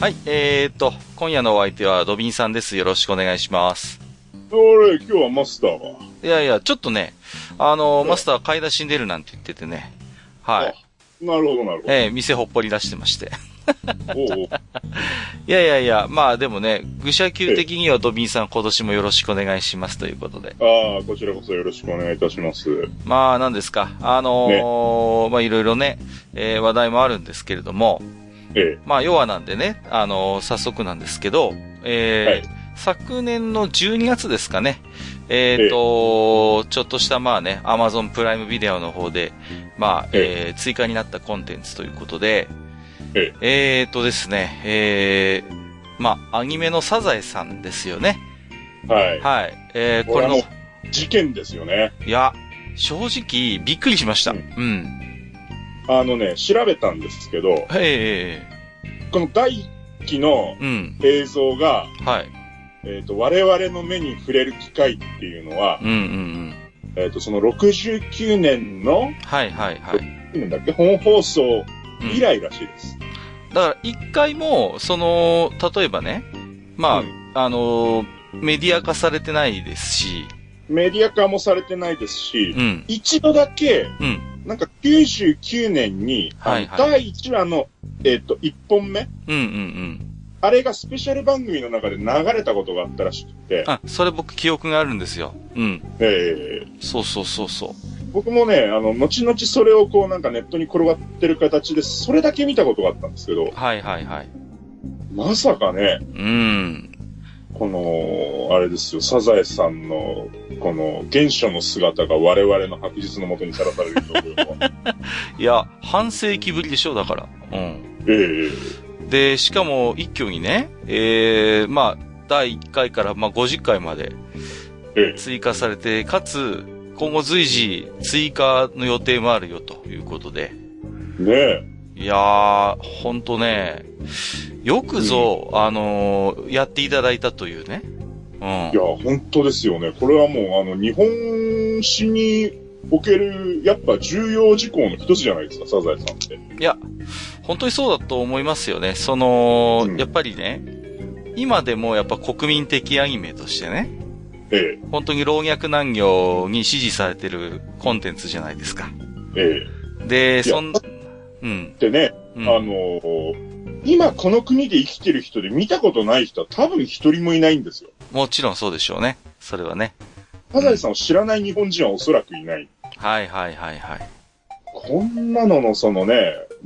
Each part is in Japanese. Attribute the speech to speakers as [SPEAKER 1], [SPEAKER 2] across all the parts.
[SPEAKER 1] はい、えー、っと、今夜のお相手はドビンさんです。よろしくお願いします。
[SPEAKER 2] 俺、今日はマスターが。
[SPEAKER 1] いやいや、ちょっとね、あの、
[SPEAKER 2] うん
[SPEAKER 1] マスター買い出しに出るなんて言っててね。はい。
[SPEAKER 2] なるほど、なるほど。
[SPEAKER 1] えー、店ほっぽり出してまして。
[SPEAKER 2] おうおう
[SPEAKER 1] いやいやいや、まあでもね、愚者級的にはドビンさん今年もよろしくお願いしますということで。
[SPEAKER 2] ああ、こちらこそよろしくお願いいたします。
[SPEAKER 1] まあ、なんですか。あのーまあいろいろね、えー話題もあるんですけれども、
[SPEAKER 2] ええ、
[SPEAKER 1] まあ、要はなんでね、あのー早速なんですけど、えー昨年の12月ですかね、えっ、と、ちょっとしたまあね、Amazon プライムビデオの方で、まあ、えー追加になったコンテンツということで、
[SPEAKER 2] え
[SPEAKER 1] えっ、とですね、えー、まあ、アニメのサザエさんですよね。
[SPEAKER 2] はい。
[SPEAKER 1] はい。えー、これの、
[SPEAKER 2] あ
[SPEAKER 1] い
[SPEAKER 2] の事件ですよね。
[SPEAKER 1] や、正直、びっくりしました。う
[SPEAKER 2] うん
[SPEAKER 1] ん。
[SPEAKER 2] あのね、調べたんですけど、
[SPEAKER 1] はいえ
[SPEAKER 2] この第一期の
[SPEAKER 1] ー、うん。
[SPEAKER 2] 映像が、
[SPEAKER 1] はい。
[SPEAKER 2] えっ、と、我々の目に触れる機会っていうのは
[SPEAKER 1] う、んうんうん。
[SPEAKER 2] えっ、と、その69年の、
[SPEAKER 1] はいはいはい。
[SPEAKER 2] なんだっけ、本放送以来らしいです。
[SPEAKER 1] だから一回も、その、例えばね、まあ、
[SPEAKER 2] うん
[SPEAKER 1] あのー、メディア化されてないですし、
[SPEAKER 2] メディア化もされてないですし、
[SPEAKER 1] うん、
[SPEAKER 2] 一度だけ、
[SPEAKER 1] うん、
[SPEAKER 2] なんか99年に、
[SPEAKER 1] はい
[SPEAKER 2] あの
[SPEAKER 1] はい
[SPEAKER 2] 第1話の、えっ、と、1本目
[SPEAKER 1] うん、うん、うん。
[SPEAKER 2] あれがスペシャル番組の中で流れたことがあったらしくて、
[SPEAKER 1] あ、それ僕記憶があるんですよ。うん、
[SPEAKER 2] えー
[SPEAKER 1] そうそうそうそう。
[SPEAKER 2] 僕もね、あの、後々それをこうなんかネットに転がってる形で、それだけ見たことがあったんですけど、
[SPEAKER 1] はいはいはい。
[SPEAKER 2] まさかね、
[SPEAKER 1] うん、
[SPEAKER 2] この、あれですよ、サザエさんの、この、原初の姿が我々の白日のもとにさらされるというのは、
[SPEAKER 1] いや、半世紀ぶりでしょ、だから。うん。
[SPEAKER 2] ええ
[SPEAKER 1] で、しかも、一挙にね、えー、まあ、第1回から、まあ、50回まで
[SPEAKER 2] ええ
[SPEAKER 1] 追加されて、かつ、今後随時追加の予定もあるよということで。
[SPEAKER 2] ねえ、
[SPEAKER 1] いやー、ほんとね、よくぞ、あのーやっていただいたというね。うん。
[SPEAKER 2] いや、本当ですよね。これはもう、あの、日本史における、やっぱ重要事項の一つじゃないですか、サザエさんって。
[SPEAKER 1] いや、本当にそうだと思いますよね。その、
[SPEAKER 2] うん
[SPEAKER 1] やっぱりね、今でもやっぱ国民的アニメとしてね、
[SPEAKER 2] ええ
[SPEAKER 1] 本当に老若男女に支持されてるコンテンツじゃないですか。
[SPEAKER 2] ええ
[SPEAKER 1] で、
[SPEAKER 2] いや
[SPEAKER 1] そん、うん、
[SPEAKER 2] でね、
[SPEAKER 1] う
[SPEAKER 2] あの
[SPEAKER 1] ん。
[SPEAKER 2] ー今この国で生きてる人で見たことない人は多分一人もいないんですよ。
[SPEAKER 1] もちろんそうでしょうね。それはね。
[SPEAKER 2] サザエさんを知らない日本人はおそらくいない。
[SPEAKER 1] はいはいはいはい。
[SPEAKER 2] こんなののそのね、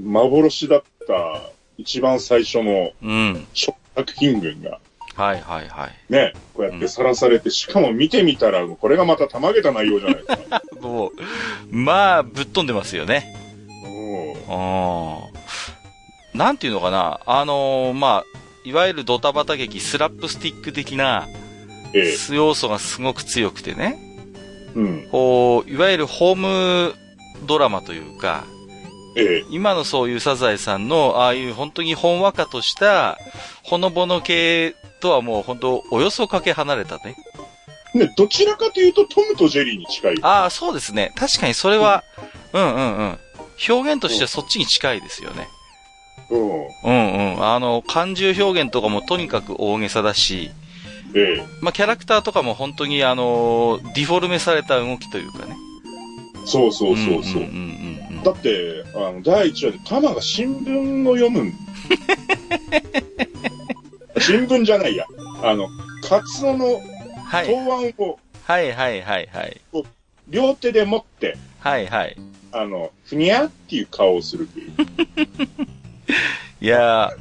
[SPEAKER 2] 幻だった一番最初の
[SPEAKER 1] うん。
[SPEAKER 2] 食作品群が
[SPEAKER 1] はいはいはい。
[SPEAKER 2] ね、こうやってさらされて、しかも見てみたら、これがまたたまげた内容じゃないですか。
[SPEAKER 1] もう、まあ、ぶっ飛んでますよね。
[SPEAKER 2] うん
[SPEAKER 1] うんなんていうのかな、あのーまあ、いわゆるドタバタ劇、スラップスティック的な
[SPEAKER 2] ええ
[SPEAKER 1] 要素がすごく強くてね、
[SPEAKER 2] うん。
[SPEAKER 1] こう、いわゆるホームドラマというか、
[SPEAKER 2] ええ
[SPEAKER 1] 今のそういうサザエさんの、ああいう本当にほんわかとした、ほのぼの系とはもう本当、およそかけ離れたね。
[SPEAKER 2] ね、どちらかというとトムとジェリーに近い。
[SPEAKER 1] ああ、そうですね。確かにそれは、うんうんうん。表現としてはそっちに近いですよね。
[SPEAKER 2] うん。
[SPEAKER 1] うんうん。あの、感情表現とかもとにかく大げさだし、
[SPEAKER 2] ええ
[SPEAKER 1] まあ、キャラクターとかも本当にあの、ディフォルメされた動きというかね。
[SPEAKER 2] そうそうそうそう。
[SPEAKER 1] んんうんうん
[SPEAKER 2] だって、あの、第1話でタマが新聞を読む ん。新聞じゃないや。あの、カツオの
[SPEAKER 1] はい。
[SPEAKER 2] 答案を
[SPEAKER 1] はいはいはいはい。
[SPEAKER 2] 両手で持って、
[SPEAKER 1] はいはい。
[SPEAKER 2] あの、ふにゃっていう顔をするっていう。
[SPEAKER 1] いやー、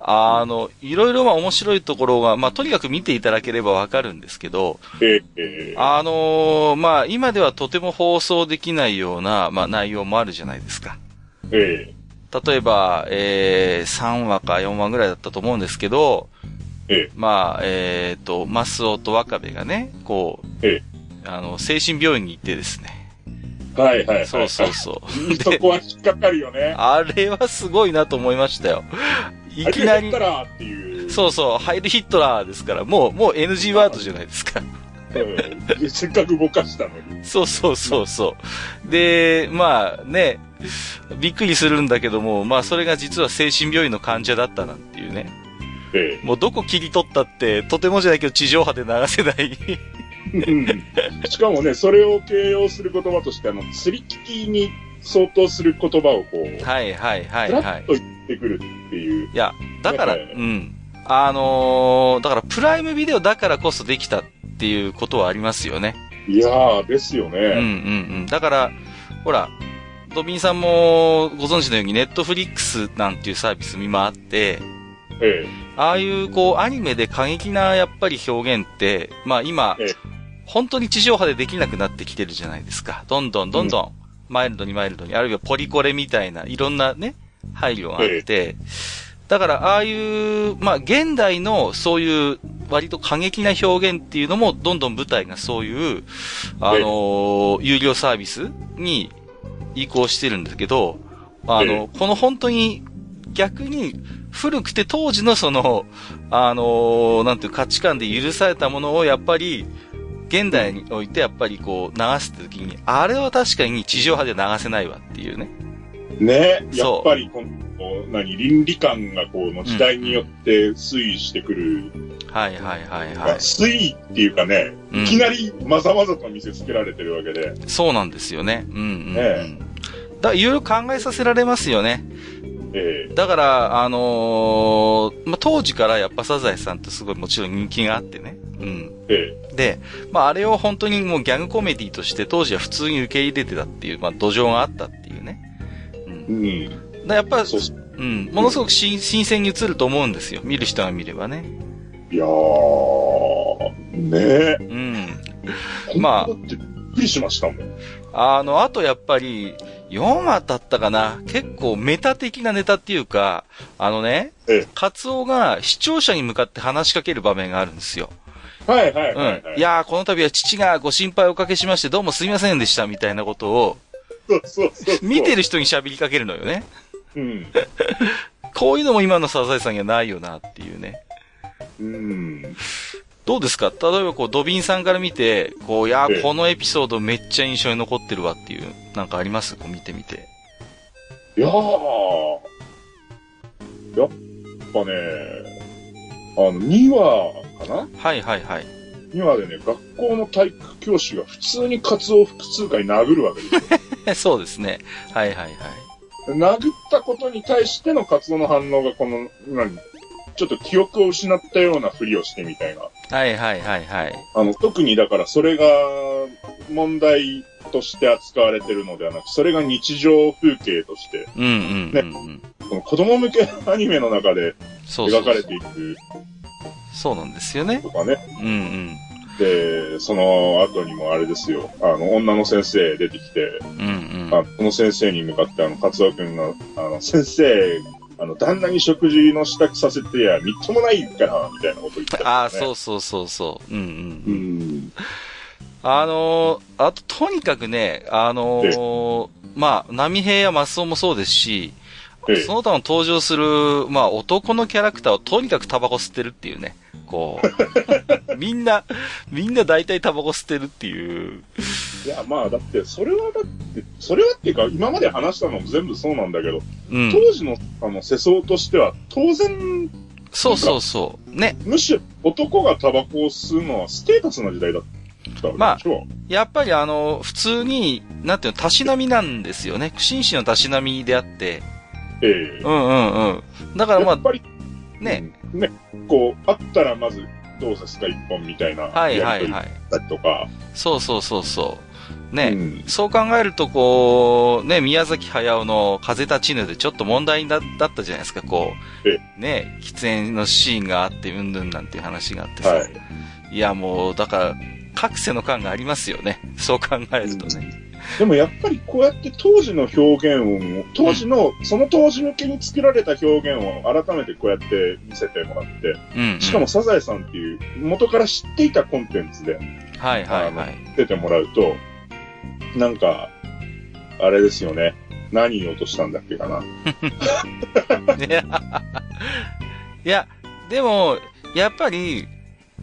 [SPEAKER 1] あの、いろいろまあ面白いところが、まあ、とにかく見ていただければわかるんですけど、
[SPEAKER 2] えええ
[SPEAKER 1] あのーまあ、今ではとても放送できないような、まあ、内容もあるじゃないですか。
[SPEAKER 2] ええ
[SPEAKER 1] 例えば、えー、3話か4話ぐらいだったと思うんですけど、
[SPEAKER 2] ええ
[SPEAKER 1] まあ、えっ、と、マスオと若部がね、こう、
[SPEAKER 2] え
[SPEAKER 1] あの、精神病院に行ってですね。
[SPEAKER 2] はいはいはい。
[SPEAKER 1] そうそうそ
[SPEAKER 2] そこは引っかかるよ
[SPEAKER 1] う。
[SPEAKER 2] ね。
[SPEAKER 1] あれはすごいなと思いましたよ。 いきなり
[SPEAKER 2] あれ、やったらっていう。
[SPEAKER 1] そうそう、ハイルヒットラーですから、もう、もう NG ワードじゃないですか。
[SPEAKER 2] うんでせっかくぼかしたのに。
[SPEAKER 1] そうそうそうそう。で、まあね、びっくりするんだけども、まあそれが実は精神病院の患者だったなんていうね。
[SPEAKER 2] え
[SPEAKER 1] もうどこ切り取ったって、とてもじゃないけど地上波で流せない。
[SPEAKER 2] えうんしかもね、それを形容する言葉として、あの、釣り聞きに相当する言葉をこう、
[SPEAKER 1] はいはいはい
[SPEAKER 2] ふ
[SPEAKER 1] は
[SPEAKER 2] らっ
[SPEAKER 1] い。
[SPEAKER 2] と言ってくるってい
[SPEAKER 1] い
[SPEAKER 2] う。
[SPEAKER 1] や、だから、
[SPEAKER 2] はいはい
[SPEAKER 1] うん。あのーだからプライムビデオだからこそできたっていうことはありますよね。
[SPEAKER 2] いやー、ですよ
[SPEAKER 1] うんうん
[SPEAKER 2] ね。
[SPEAKER 1] うん。だから、ほら、ドビンさんもご存知のようにネットフリックスなんていうサービス今あって、
[SPEAKER 2] え
[SPEAKER 1] ああいうこうアニメで過激なやっぱり表現って、まあ今
[SPEAKER 2] ええ、
[SPEAKER 1] 本当に地上波でできなくなってきてるじゃないですか。どんどんどんどん、マイルドにマイルドに、あるいはポリコレみたいないろんなね、配慮があって、だからああいう、まあ現代のそういう割と過激な表現っていうのもどんどん舞台がそういう、あのー有料サービスに移行してるんですけど、あ
[SPEAKER 2] え
[SPEAKER 1] の、この本当に逆に古くて当時のその、あのーなんていう価値観で許されたものをやっぱり、現代においてやっぱりこう流すときに、あれは確かに地上波では流せないわっていうね。
[SPEAKER 2] えね、や
[SPEAKER 1] そう
[SPEAKER 2] っぱりこの、何、倫理観がこの時代によって推移してくる。
[SPEAKER 1] はいはいはいはい。
[SPEAKER 2] 推移っていうかね、
[SPEAKER 1] うん
[SPEAKER 2] いきなりまざまざと見せつけられてるわけで。
[SPEAKER 1] そうなんですよね。うんうん、うん。
[SPEAKER 2] え
[SPEAKER 1] だいろいろ考えさせられますよね。
[SPEAKER 2] え
[SPEAKER 1] だから、あのーまあ、当時からやっぱサザエさんってすごいもちろん人気があってね。うん。
[SPEAKER 2] ええ
[SPEAKER 1] で、まあ、あれを本当にもうギャグコメディとして当時は普通に受け入れてたっていう、まあ、土壌があったっていうね。うん
[SPEAKER 2] え。うん。
[SPEAKER 1] だやっぱ、
[SPEAKER 2] そう
[SPEAKER 1] うん、ものすごく新新鮮に映ると思うんですよ。見る人が見ればね。
[SPEAKER 2] いやー、ね
[SPEAKER 1] うん。
[SPEAKER 2] え。
[SPEAKER 1] まあ
[SPEAKER 2] こんなことってびっくりしましたもん。
[SPEAKER 1] あの、あとやっぱり、4話だったかな結構メタ的なネタっていうか、あのね
[SPEAKER 2] ええ、
[SPEAKER 1] カツオが視聴者に向かって話しかける場面があるんですよ。
[SPEAKER 2] はいはいは
[SPEAKER 1] うん
[SPEAKER 2] い、は。い。
[SPEAKER 1] いやー、この度は父がご心配おかけしまして、どうもすいませんでした、みたいなことを、
[SPEAKER 2] そうそうそうそう。
[SPEAKER 1] 見てる人に喋りかけるのよね。
[SPEAKER 2] うん。
[SPEAKER 1] こういうのも今のサザエさんにはないよなっていうね。
[SPEAKER 2] うん。
[SPEAKER 1] どうですか例えばこう、ドビンさんから見て、こう、いや
[SPEAKER 2] え
[SPEAKER 1] ー、
[SPEAKER 2] え
[SPEAKER 1] このエピソードめっちゃ印象に残ってるわっていう、なんかありますこう見てみて。
[SPEAKER 2] いやー。やっぱね、あの、2話かな
[SPEAKER 1] はいはいはい。
[SPEAKER 2] ?2 話でね、学校の体育教師が普通にカツオを複数回殴るわけです よ。
[SPEAKER 1] そうですね。はいはいはい。
[SPEAKER 2] 殴ったことに対してのカツオの反応がこの、何ちょっと記憶を失ったようなふりをしてみたいな。
[SPEAKER 1] はいはいはいはい。
[SPEAKER 2] あの、特にだからそれが問題として扱われてるのではなく、それが日常風景として、
[SPEAKER 1] うんうんうんうん。
[SPEAKER 2] この子供向けのアニメの中で
[SPEAKER 1] そうそうそ
[SPEAKER 2] 描か
[SPEAKER 1] う
[SPEAKER 2] れていく
[SPEAKER 1] そうなんですよね。
[SPEAKER 2] とかね。
[SPEAKER 1] うんうん。
[SPEAKER 2] で、その後にもあれですよ、あの、女の先生出てきて、
[SPEAKER 1] うんうん。
[SPEAKER 2] あその先生に向かってあの、カツオくんが、あの、先生、あの、旦那に食事の支度させてや、みっともないから、みたいなこと言ってた、。
[SPEAKER 1] ああ、そううそうそうそう。うんうん。
[SPEAKER 2] うん。
[SPEAKER 1] あのーあと、とにかくね、あのーまあ、波平やマスオもそうですし、
[SPEAKER 2] ええ
[SPEAKER 1] その他の登場する、まあ、男のキャラクターをとにかくタバコ吸ってるっていうね。こう。 みんな、みんな大体タバコ吸ってるっていう。
[SPEAKER 2] いや、まあ、だって、それはだって、それはっていうか、今まで話したのも全部そうなんだけど、
[SPEAKER 1] うん。
[SPEAKER 2] 当時のあの世相としては、当然、
[SPEAKER 1] そうそうそう。ね。
[SPEAKER 2] むしろ男がタバコを吸うのはステータスな時代だった
[SPEAKER 1] ま
[SPEAKER 2] わ
[SPEAKER 1] あ
[SPEAKER 2] けでしょ。
[SPEAKER 1] やっぱりあの、普通に、なんていうの、たしなみなんですよね。紳士のたしなみであって。
[SPEAKER 2] ええ
[SPEAKER 1] うんうんうん。だから
[SPEAKER 2] や
[SPEAKER 1] ま
[SPEAKER 2] っぱり、
[SPEAKER 1] あ、ね。
[SPEAKER 2] うん。ね、こう、あったらまず、どうですか、一本みたいな。
[SPEAKER 1] はいはい
[SPEAKER 2] い。
[SPEAKER 1] はい。
[SPEAKER 2] だったりとか。
[SPEAKER 1] そうそうそうそう。ね。
[SPEAKER 2] うん
[SPEAKER 1] そう考えると、こう、ね、宮崎駿の風立ちぬでちょっと問題になだったじゃないですか、こ
[SPEAKER 2] え
[SPEAKER 1] う。ね、喫煙のシーンがあって、うんぬんなんていう話があってさ。、
[SPEAKER 2] はいい。
[SPEAKER 1] や、もう、だから、覚醒の感がありますよね。そう考えるとね。
[SPEAKER 2] でもやっぱりこうやって当時の表現を、当時の、その当時向けに作られた表現を改めてこうやって見せてもらって、
[SPEAKER 1] うん、うん。
[SPEAKER 2] しかも、サザエさんっていう元から知っていたコンテンツで
[SPEAKER 1] はいはいはい。
[SPEAKER 2] 出てもらうと、なんか、あれですよね。何言おうとしたんだっけかな。
[SPEAKER 1] いや、 いやでも、やっぱり、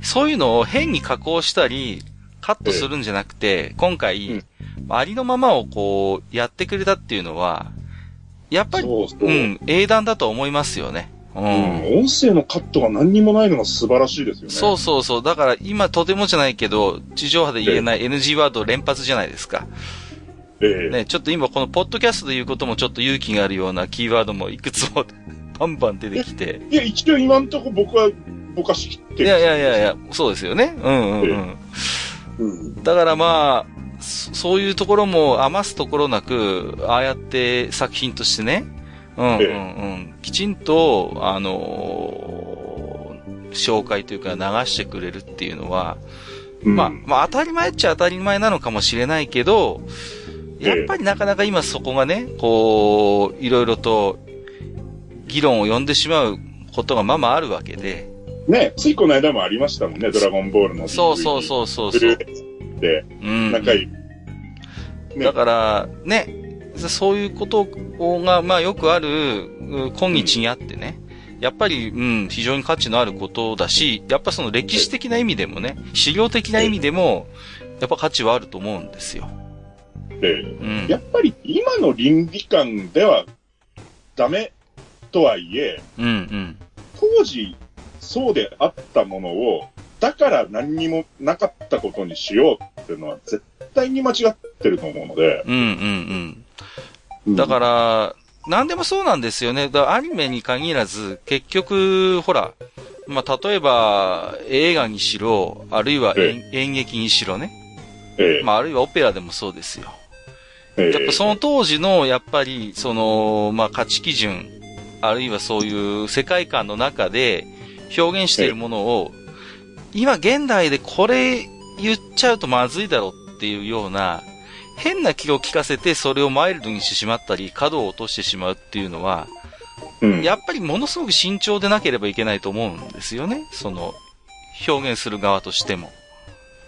[SPEAKER 1] そういうのを変に加工したり、カットするんじゃなくて、今
[SPEAKER 2] う
[SPEAKER 1] 回
[SPEAKER 2] ん、
[SPEAKER 1] ありのままをこう、やってくれたっていうのは、やっぱり
[SPEAKER 2] そうそう。
[SPEAKER 1] うん、英断だと思いますよね。うん。
[SPEAKER 2] うん、音声のカットが何にもないのが素晴らしいですよね。
[SPEAKER 1] そうそうそう。だから今とてもじゃないけど、地上波で言えない NG ワード連発じゃないですか。
[SPEAKER 2] ええ
[SPEAKER 1] ね、ちょっと今このポッドキャストで言うこともちょっと勇気があるようなキーワードもいくつも バンバン出てきて。
[SPEAKER 2] いや、一応今んとこ僕はぼかしきって
[SPEAKER 1] い
[SPEAKER 2] る。
[SPEAKER 1] やいやいやいや、そうですよね。うんうんうん。
[SPEAKER 2] うん。
[SPEAKER 1] だからまあ、そそういうところも余すところなく、ああやって作品としてね、うんうん
[SPEAKER 2] え
[SPEAKER 1] うん、きちんと、あのー紹介というか流してくれるっていうのは、
[SPEAKER 2] うん
[SPEAKER 1] まあ、まあ当たり前っちゃ当たり前なのかもしれないけど、
[SPEAKER 2] ええ
[SPEAKER 1] やっぱりなかなか今そこがね、こう、いろいろと議論を呼んでしまうことがまあまああるわけで、
[SPEAKER 2] ね、ついこの間もありましたもんね、ドラゴンボールの。
[SPEAKER 1] そうそう
[SPEAKER 2] う。
[SPEAKER 1] そうそう
[SPEAKER 2] ブ
[SPEAKER 1] そう
[SPEAKER 2] ル。ーレイで、
[SPEAKER 1] うん
[SPEAKER 2] 仲いい。ね
[SPEAKER 1] だから、ね、そういうことが、まあよくある、う今日にあってね、やっぱり、うん、非常に価値のあることだし、やっぱその歴史的な意味でもね、資料的な意味でも、やっぱ価値はあると思うんですよ。
[SPEAKER 2] で、
[SPEAKER 1] うん。
[SPEAKER 2] やっぱり今の倫理観ではダメとはいえ、
[SPEAKER 1] うん、うん。
[SPEAKER 2] 当時そうであったものを、だから何にもなかったことにしようっていうのは絶対に間違ってると思うので。
[SPEAKER 1] うん、うん、
[SPEAKER 2] う
[SPEAKER 1] うんん。だから、何でもそうなんですよね。だからアニメに限らず、結局、ほら、まあ、例えば、映画にしろ、あるいは演演劇にしろね。
[SPEAKER 2] ええ
[SPEAKER 1] まあ、あるいはオペラでもそうですよ。
[SPEAKER 2] ええ
[SPEAKER 1] やっぱその当時の、やっぱり、その、まあ、価値基準、あるいはそういう世界観の中で表現しているものを、今現代でこれ言っちゃうとまずいだろうっていうような、変な気を利かせてそれをマイルドにしてしまったり、角を落としてしまうっていうのは、
[SPEAKER 2] うん
[SPEAKER 1] やっぱりものすごく慎重でなければいけないと思うんですよね。その、表現する側としても。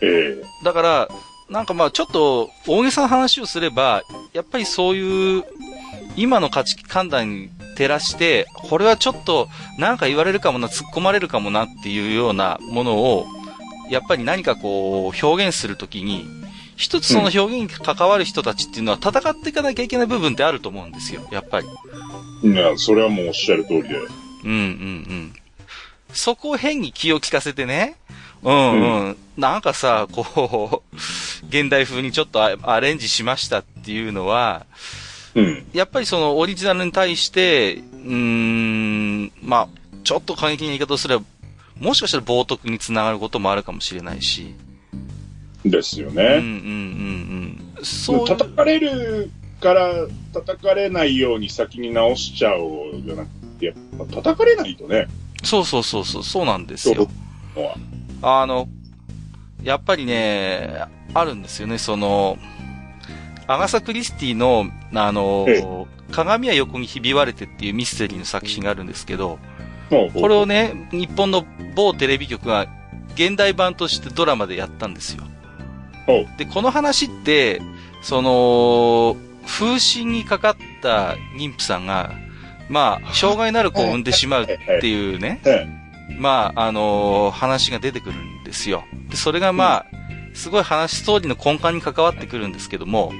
[SPEAKER 2] ええ
[SPEAKER 1] だから、なんかまあちょっと大げさな話をすれば、やっぱりそういう、今の価値観断に照らして、これはちょっと、なんか言われるかもな、突っ込まれるかもなっていうようなものを、やっぱり何かこう、表現するときに、一つその表現に関わる人たちっていうのは戦っていかなきゃいけない部分ってあると思うんですよ、やっぱり。
[SPEAKER 2] いや、それはもうおっしゃる通りで。
[SPEAKER 1] うんうんうん。そこを変に気を利かせてね。うんうん。なんかさ、こう、現代風にちょっとアアレンジしましたっていうのは、
[SPEAKER 2] うん。
[SPEAKER 1] やっぱりそのオリジナルに対して、うーん、まあ、ちょっと過激な言い方をすれば、もしかしたら冒涜につながることもあるかもしれないし。
[SPEAKER 2] ですよ
[SPEAKER 1] うんうん
[SPEAKER 2] ね。
[SPEAKER 1] うんうん。そういう。
[SPEAKER 2] 叩かれるから、叩かれないように先に直しちゃおうじゃなくて、やっぱ叩かれないとね、
[SPEAKER 1] そうそうそうそう、そうなんです
[SPEAKER 2] そう
[SPEAKER 1] よ。
[SPEAKER 2] のは。
[SPEAKER 1] あの、やっぱりね、あるんですよね、その、アガサ・クリスティの、あ
[SPEAKER 2] え
[SPEAKER 1] の、鏡は横にひび割れてっていうミステリーの作品があるんですけど、
[SPEAKER 2] もう
[SPEAKER 1] これをね、日本の某テレビ局が現代版としてドラマでやったんですよ
[SPEAKER 2] ほう。
[SPEAKER 1] で、この話って、その、風疹にかかった妊婦さんが、まあ、障害のある子を産んでしまうっ
[SPEAKER 2] ええ
[SPEAKER 1] ていうね、
[SPEAKER 2] ええ
[SPEAKER 1] まあ、あのー話が出てくるんですよ。で、それがまあ、すごい話、ストーリーの根幹に関わってくるんですけども、
[SPEAKER 2] え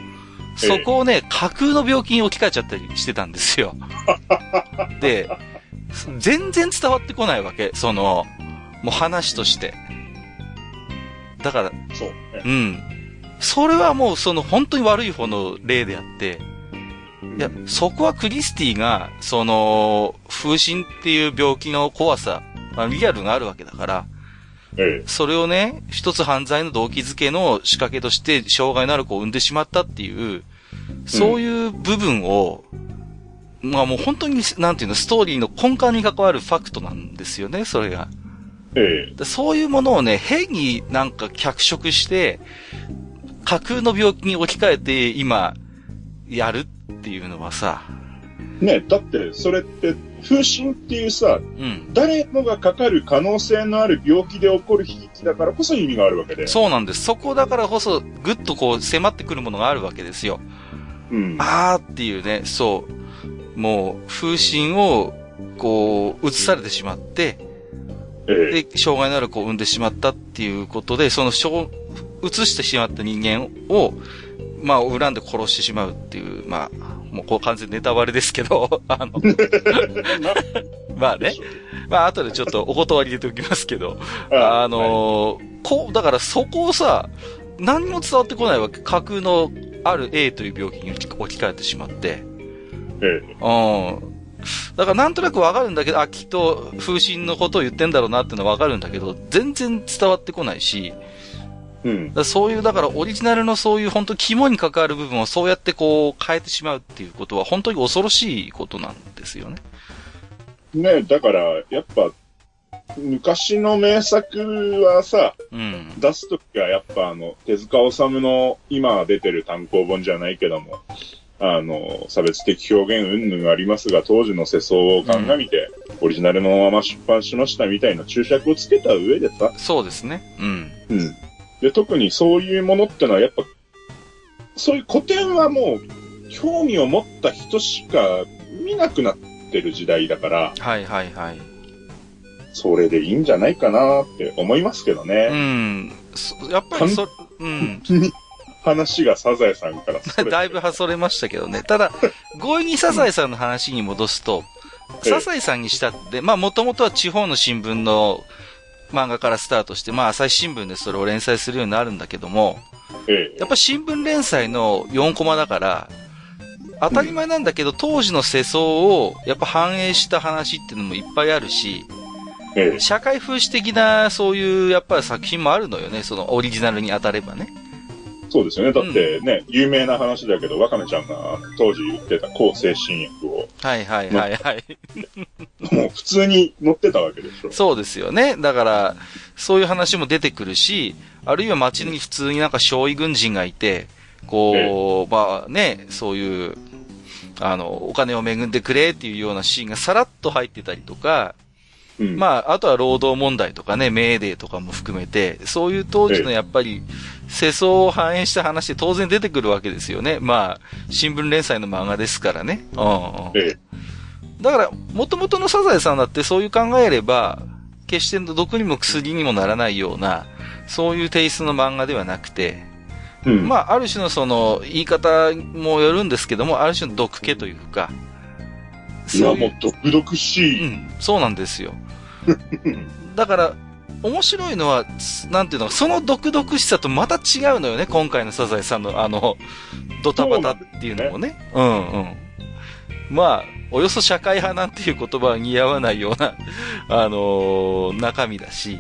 [SPEAKER 2] え
[SPEAKER 1] そこをね、架空の病気に置き換えちゃったりしてたんですよ。で、全然伝わってこないわけ、その、もう話として。だから、
[SPEAKER 2] そうね。
[SPEAKER 1] うん。それはもうその本当に悪い方の例であって、いや、そこはクリスティが、その、風疹っていう病気の怖さ、まあ、リアルがあるわけだから、
[SPEAKER 2] え
[SPEAKER 1] それをね、一つ犯罪の動機づけの仕掛けとして、障害のある子を産んでしまったっていう、そういう部分を、まあもう本当に、なんていうの、ストーリーの根幹に関わるファクトなんですよね、それが。
[SPEAKER 2] ええ
[SPEAKER 1] でそういうものをね、変になんか脚色して、架空の病気に置き換えて今、やるっていうのはさ、
[SPEAKER 2] えね、だって、それって、風疹っていうさ、
[SPEAKER 1] うん。
[SPEAKER 2] 誰もがかかる可能性のある病気で起こる悲劇だからこそ意味があるわけで。
[SPEAKER 1] そうなんです。そこだからこそ、ぐっとこう迫ってくるものがあるわけですよ。
[SPEAKER 2] うん。
[SPEAKER 1] あーっていうね、そう。もう、風疹を、こう、移されてしまって、
[SPEAKER 2] ええ
[SPEAKER 1] で、障害のある子を産んでしまったっていうことで、その障、移してしまった人間を、まあ、恨んで殺してし まうっていう、まあ、もうこう完全にネタバレですけど、あの、
[SPEAKER 2] な
[SPEAKER 1] まあね。まあ、後でちょっとお断り入れておきますけど、あのーこう、だからそこをさ、何も伝わってこないわけ。架空のある A という病気に置き換えてしまって。
[SPEAKER 2] え
[SPEAKER 1] うん。だからなんとなくわかるんだけど、あ、きっと風神のことを言ってんだろうなってのはわかるんだけど、全然伝わってこないし、
[SPEAKER 2] えうん
[SPEAKER 1] だ。からそういう、だからオリジナルのそういう本当肝に関わる部分をそうやってこう変えてしまうっていうことは本当に恐ろしいことなんですよね。
[SPEAKER 2] ねだから、やっぱ、昔の名作はさ、
[SPEAKER 1] うん。
[SPEAKER 2] 出すときはやっぱあの、手塚治虫の今出てる単行本じゃないけども、あの、差別的表現云々ありますが、当時の世相を鑑みて、オリジナルのまま出版しましたみたいな注釈をつけた上でさ、
[SPEAKER 1] そうですね。うん。
[SPEAKER 2] うん。で、特にそういうものってのはやっぱ、そういう古典はもう、興味を持った人しか見なくなってる時代だから、
[SPEAKER 1] はいはいはい。
[SPEAKER 2] それでいいんじゃないかなって思いますけど
[SPEAKER 1] う
[SPEAKER 2] ね。
[SPEAKER 1] ん。そやっぱりそ、うん。
[SPEAKER 2] 話がサザエさんからそ れ
[SPEAKER 1] だいぶ外れましたけどね。ただ、強引にサザエさんの話に戻すと、
[SPEAKER 2] ええ
[SPEAKER 1] サザエさんにしたって、まあもともとは地方の新聞の漫画からスタートして、まあ朝日新聞でそれを連載するようになるんだけども、
[SPEAKER 2] ええ
[SPEAKER 1] やっぱ新聞連載の4コマだから、当たり前なんだけど、当時の世相をやっぱ反映した話っていうのもいっぱいあるし、
[SPEAKER 2] ええ
[SPEAKER 1] 社会風刺的なそういうやっぱり作品もあるのよね、そのオリジナルに当たればね。
[SPEAKER 2] そうですよね。だってね、有名な話だけど、ワカメちゃんが当時言ってた抗精神薬を、
[SPEAKER 1] はいはいはいはい。
[SPEAKER 2] もう普通に乗ってたわけでしょ。
[SPEAKER 1] そうですよね。だから、そういう話も出てくるし、あるいは街に普通になんか少尉軍人がいて、こう、まあね、そういう、あの、お金を恵んでくれっていうようなシーンがさらっと入ってたりとか、
[SPEAKER 2] うん。
[SPEAKER 1] まあ、あとは労働問題とかね、メーデーとかも含めて、そういう当時の
[SPEAKER 2] え
[SPEAKER 1] やっぱり、世相を反映した話って当然出てくるわけですよね。まあ、新聞連載の漫画ですからね。うんうん。
[SPEAKER 2] ええ
[SPEAKER 1] だから、元々のサザエさんだってそういう考えれば、決して毒にも薬にもならないような、そういうテイストの漫画ではなくて、
[SPEAKER 2] うん。
[SPEAKER 1] まあ、ある種のその、言い方もよるんですけども、ある種の毒気というか、
[SPEAKER 2] いや、
[SPEAKER 1] う
[SPEAKER 2] もう毒々し
[SPEAKER 1] う
[SPEAKER 2] い。
[SPEAKER 1] ん、そうなんですよ。だから、面白いのは、つなんていうの、その毒々しさとまた違うのよね、今回のサザエさんの、あの、ドタバタっていうのもね。うんうん。まあ、およそ社会派なんていう言葉は似合わないような、 あのー中身だし。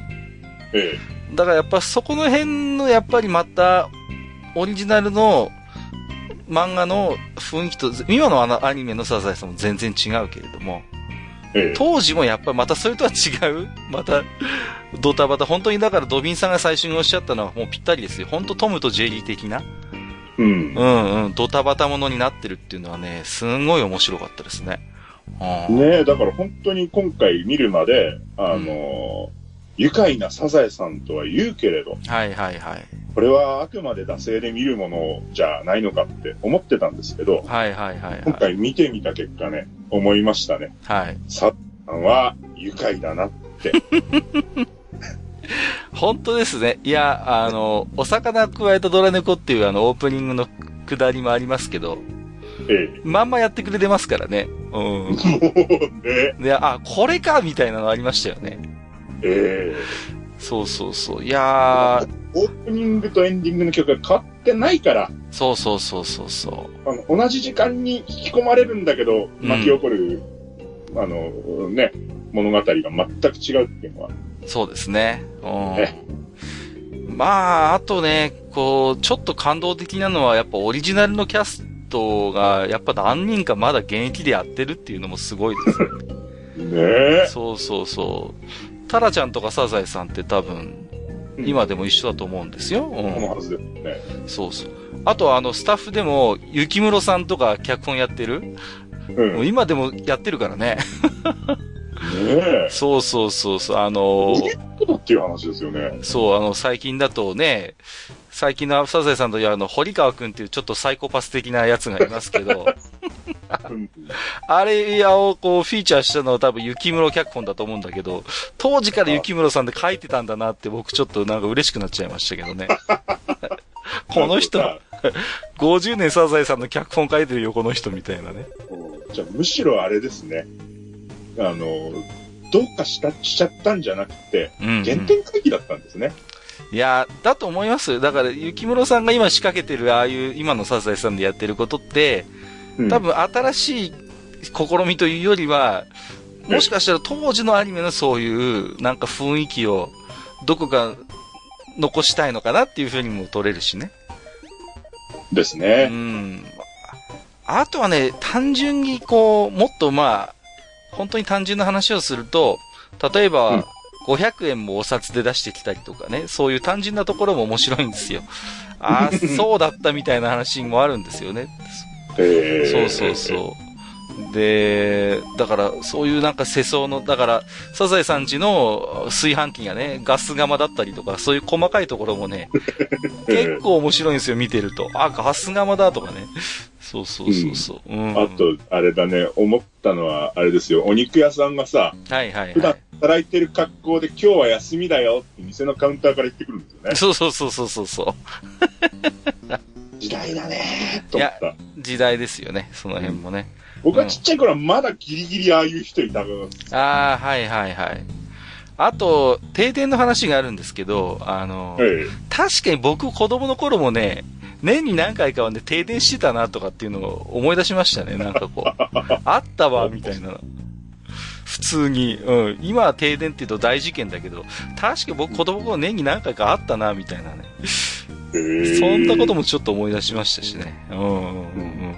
[SPEAKER 2] え
[SPEAKER 1] だからやっぱそこの辺の、やっぱりまた、オリジナルの漫画の雰囲気と、今のあのアニメのサザエさんも全然違うけれども、
[SPEAKER 2] えええ
[SPEAKER 1] 当時もやっぱりまたそれとは違う、 また、ドタバタ、本当にだからドビンさんが最初におっしゃったのはもうぴったりですよ。本当トムとジェリー的な、
[SPEAKER 2] うん
[SPEAKER 1] う。んうん、ドタバタものになってるっていうのはね、すんごい面白かったですね。うん
[SPEAKER 2] ねえ、だから本当に今回見るまで、あの愉快なサザエさんとは言うけれど、
[SPEAKER 1] はいはいはい。
[SPEAKER 2] これはあくまで惰性で見るものじゃないのかって思ってたんですけど、
[SPEAKER 1] はいはいはい、
[SPEAKER 2] 今
[SPEAKER 1] はい。
[SPEAKER 2] 回見てみた結果ね、思いましたね。
[SPEAKER 1] はい。
[SPEAKER 2] サザエさんは愉快だな。
[SPEAKER 1] 本当ですね。いや、あの、お魚加えたドラ猫っていうあのオープニングのくだりもありますけど、
[SPEAKER 2] ええ
[SPEAKER 1] まんまやってくれてますからね。う
[SPEAKER 2] もうね、
[SPEAKER 1] ん。で、あ、これかみたいなのありましたよね。
[SPEAKER 2] ええ
[SPEAKER 1] そうそうそう。いやー、
[SPEAKER 2] オープニングとエンディングの曲が変わってないから、
[SPEAKER 1] そうそうそうそうそう。
[SPEAKER 2] あの同じ時間に引き込まれるんだけど、
[SPEAKER 1] うん
[SPEAKER 2] 巻き起こる、あの、ね、物語が全く違うっていうのは。
[SPEAKER 1] そうですね。
[SPEAKER 2] え
[SPEAKER 1] うん。まあ、あとね、こう、ちょっと感動的なのは、やっぱオリジナルのキャストが、やっぱ何人かまだ現役でやってるっていうのもすごいですよね。
[SPEAKER 2] ねえ。
[SPEAKER 1] そうそうそう。タラちゃんとかサザエさんって多分、今でも一緒だと思うんですよ。う
[SPEAKER 2] この
[SPEAKER 1] ん。
[SPEAKER 2] はずですね。
[SPEAKER 1] そうそう。あと、あの、スタッフでも、雪室さんとか脚本やってる
[SPEAKER 2] うん。
[SPEAKER 1] もう
[SPEAKER 2] ね
[SPEAKER 1] 今でもやってるからね。
[SPEAKER 2] え。
[SPEAKER 1] そうそうそうそう。あのー
[SPEAKER 2] どういうことっていう話ですよね。
[SPEAKER 1] そう、あの、最近だとね、最近のサザエさんといえばあの、堀川くんっていうちょっとサイコパス的なやつがいますけど、
[SPEAKER 2] うん
[SPEAKER 1] あれをこう、フィーチャーしたのは多分雪室脚本だと思うんだけど、当時から雪室さんで書いてたんだなって僕ちょっとなんか嬉しくなっちゃいましたけどね。この人、
[SPEAKER 2] なんか
[SPEAKER 1] 50年サザエさんの脚本書いてるよ、この人みたいなね。
[SPEAKER 2] さこうじゃあむしろあれですね。あの、どうかした、しちゃったんじゃなくて、
[SPEAKER 1] うんうん
[SPEAKER 2] 原点回帰だったんですね。
[SPEAKER 1] いやー、だと思います。だから、雪室さんが今仕掛けてる、ああいう、今のサザエさんでやってることって、
[SPEAKER 2] うん
[SPEAKER 1] 多分新しい試みというよりは、もしかしたら当時のアニメのそういう、なんか雰囲気を、どこか残したいのかなっていうふうにも取れるしね。
[SPEAKER 2] です
[SPEAKER 1] う
[SPEAKER 2] ね。
[SPEAKER 1] ん。ああとはね、単純にこう、もっとまあ、本当に単純な話をすると、例え
[SPEAKER 2] うん
[SPEAKER 1] ば、500円もお札で出してきたりとかね、そういう単純なところも面白いんですよ。ああ、そうだったみたいな話もあるんですよね。
[SPEAKER 2] えー
[SPEAKER 1] そうそうそう。で、だから、そういうなんか世相の、だから、サザエさんちの炊飯器がね、ガス釜だったりとか、そういう細かいところも ね、結構面白いんですよ、見てると。あ、ガス釜だとかね。そうそうそうそう。うん。
[SPEAKER 2] あと、あれだね、思ったのは、あれですよ、お肉屋さんがさ、
[SPEAKER 1] はいはい
[SPEAKER 2] 普
[SPEAKER 1] は
[SPEAKER 2] 段働いてる格好で今日は休みだよって店のカウンターから言ってくるんですよね
[SPEAKER 1] い。。そうそうそうそうそうそ
[SPEAKER 2] 時代だねーと思った。
[SPEAKER 1] う。時代ですよね、その辺もね。
[SPEAKER 2] 僕がちっちゃい頃はまだギリギリああいう人いた分、
[SPEAKER 1] ああ、はいはいはい。あと、停電の話があるんですけど、あの、
[SPEAKER 2] え
[SPEAKER 1] 確かに僕子供の頃もね、年に何回かはね、停電してたなとかっていうのを思い出しましたね、なんかこう。あったわ、みたいな。普通に。うん。今は停電って言うと大事件だけど、確か僕子供の頃年に何回かあったな、みたいなね。
[SPEAKER 2] えへえ
[SPEAKER 1] そんなこともちょっと思い出しましたしね。うんうんうんうん。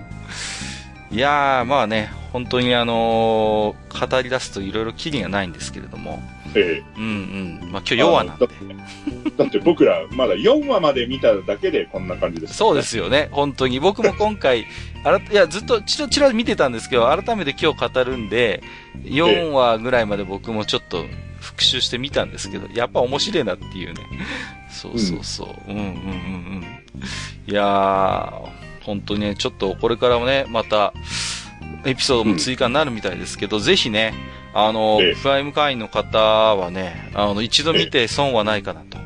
[SPEAKER 1] いやー、まあね、本当にあのー語り出すと色々キリがないんですけれども。
[SPEAKER 2] え
[SPEAKER 1] うんうん。まあ今日
[SPEAKER 2] え
[SPEAKER 1] 弱なんで
[SPEAKER 2] あ。のだってだって僕らまだ4話まで見ただけでこんな感じです、
[SPEAKER 1] そうで。すよね、本当に。僕も今回、あらいや、ずっとちらちら見てたんですけど、改めて今日語るんで、4話ぐらいまで僕もちょっと復習してみたんですけど、やっぱ面白いなっていうね。そうそうそう。うん、うん、うんうん。いやー、本当にね、ちょっとこれからもね、また、エピソードも追加になるみたいですけど、ぜひね、あの
[SPEAKER 2] ええ、
[SPEAKER 1] プライム会員の方はね、あの、一度見て損はないかなと。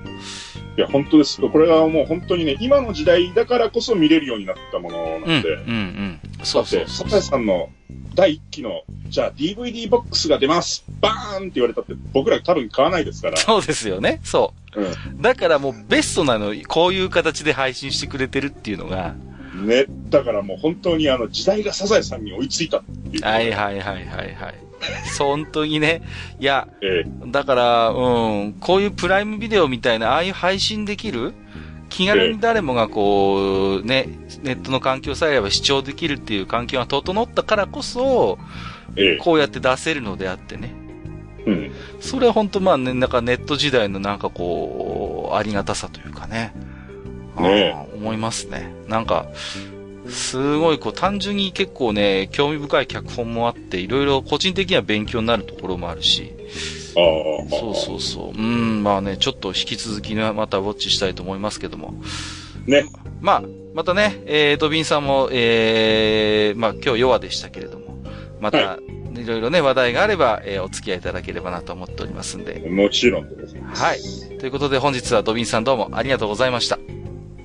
[SPEAKER 2] いや、本当です。これはもう本当にね、今の時代だからこそ見れるようになったもの
[SPEAKER 1] うん、う
[SPEAKER 2] なん
[SPEAKER 1] ん、
[SPEAKER 2] で。
[SPEAKER 1] うん。そうそうそう
[SPEAKER 2] だって、サザエさんの第1期の、じゃあ DVD ボックスが出ますバーンって言われたって、僕ら多分買わないですから。
[SPEAKER 1] そうですよね。そう。だからもうベストなの、こういう形で配信してくれてるっていうのが。
[SPEAKER 2] ね。だからもう本当にあの、時代がサザエさんに追いついたっていう。
[SPEAKER 1] はいはいはいはいはい。そう本当にね。いや、
[SPEAKER 2] え
[SPEAKER 1] だから、うん、こういうプライムビデオみたいな、ああいう配信できる気軽に誰もがこう、ね、ネットの環境さえあれば視聴できるっていう環境が整ったからこそ、
[SPEAKER 2] ええ
[SPEAKER 1] こうやって出せるのであってね。
[SPEAKER 2] えうん。
[SPEAKER 1] それは本当まあね、なんかネット時代のなんかこう、ありがたさというかね。
[SPEAKER 2] ねえ
[SPEAKER 1] あー思いますね。なんか、すごいこう、単純に結構ね、興味深い脚本もあって、いろいろ個人的には勉強になるところもあるし。
[SPEAKER 2] ああ。
[SPEAKER 1] そうそうそう。うん、まあね、ちょっと引き続きね、またウォッチしたいと思いますけども。
[SPEAKER 2] ね。
[SPEAKER 1] まあ、またね、えー、ドビンさんも、えー、まあ今日弱でしたけれども、また、
[SPEAKER 2] はい
[SPEAKER 1] ろいろね、話題があれば、えーお付き合いいただければなと思っておりますんで、
[SPEAKER 2] もちろんでございます。
[SPEAKER 1] はい。ということで本日はドビンさんどうもありがとうございました。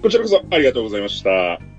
[SPEAKER 2] こちらこそありがとうございました。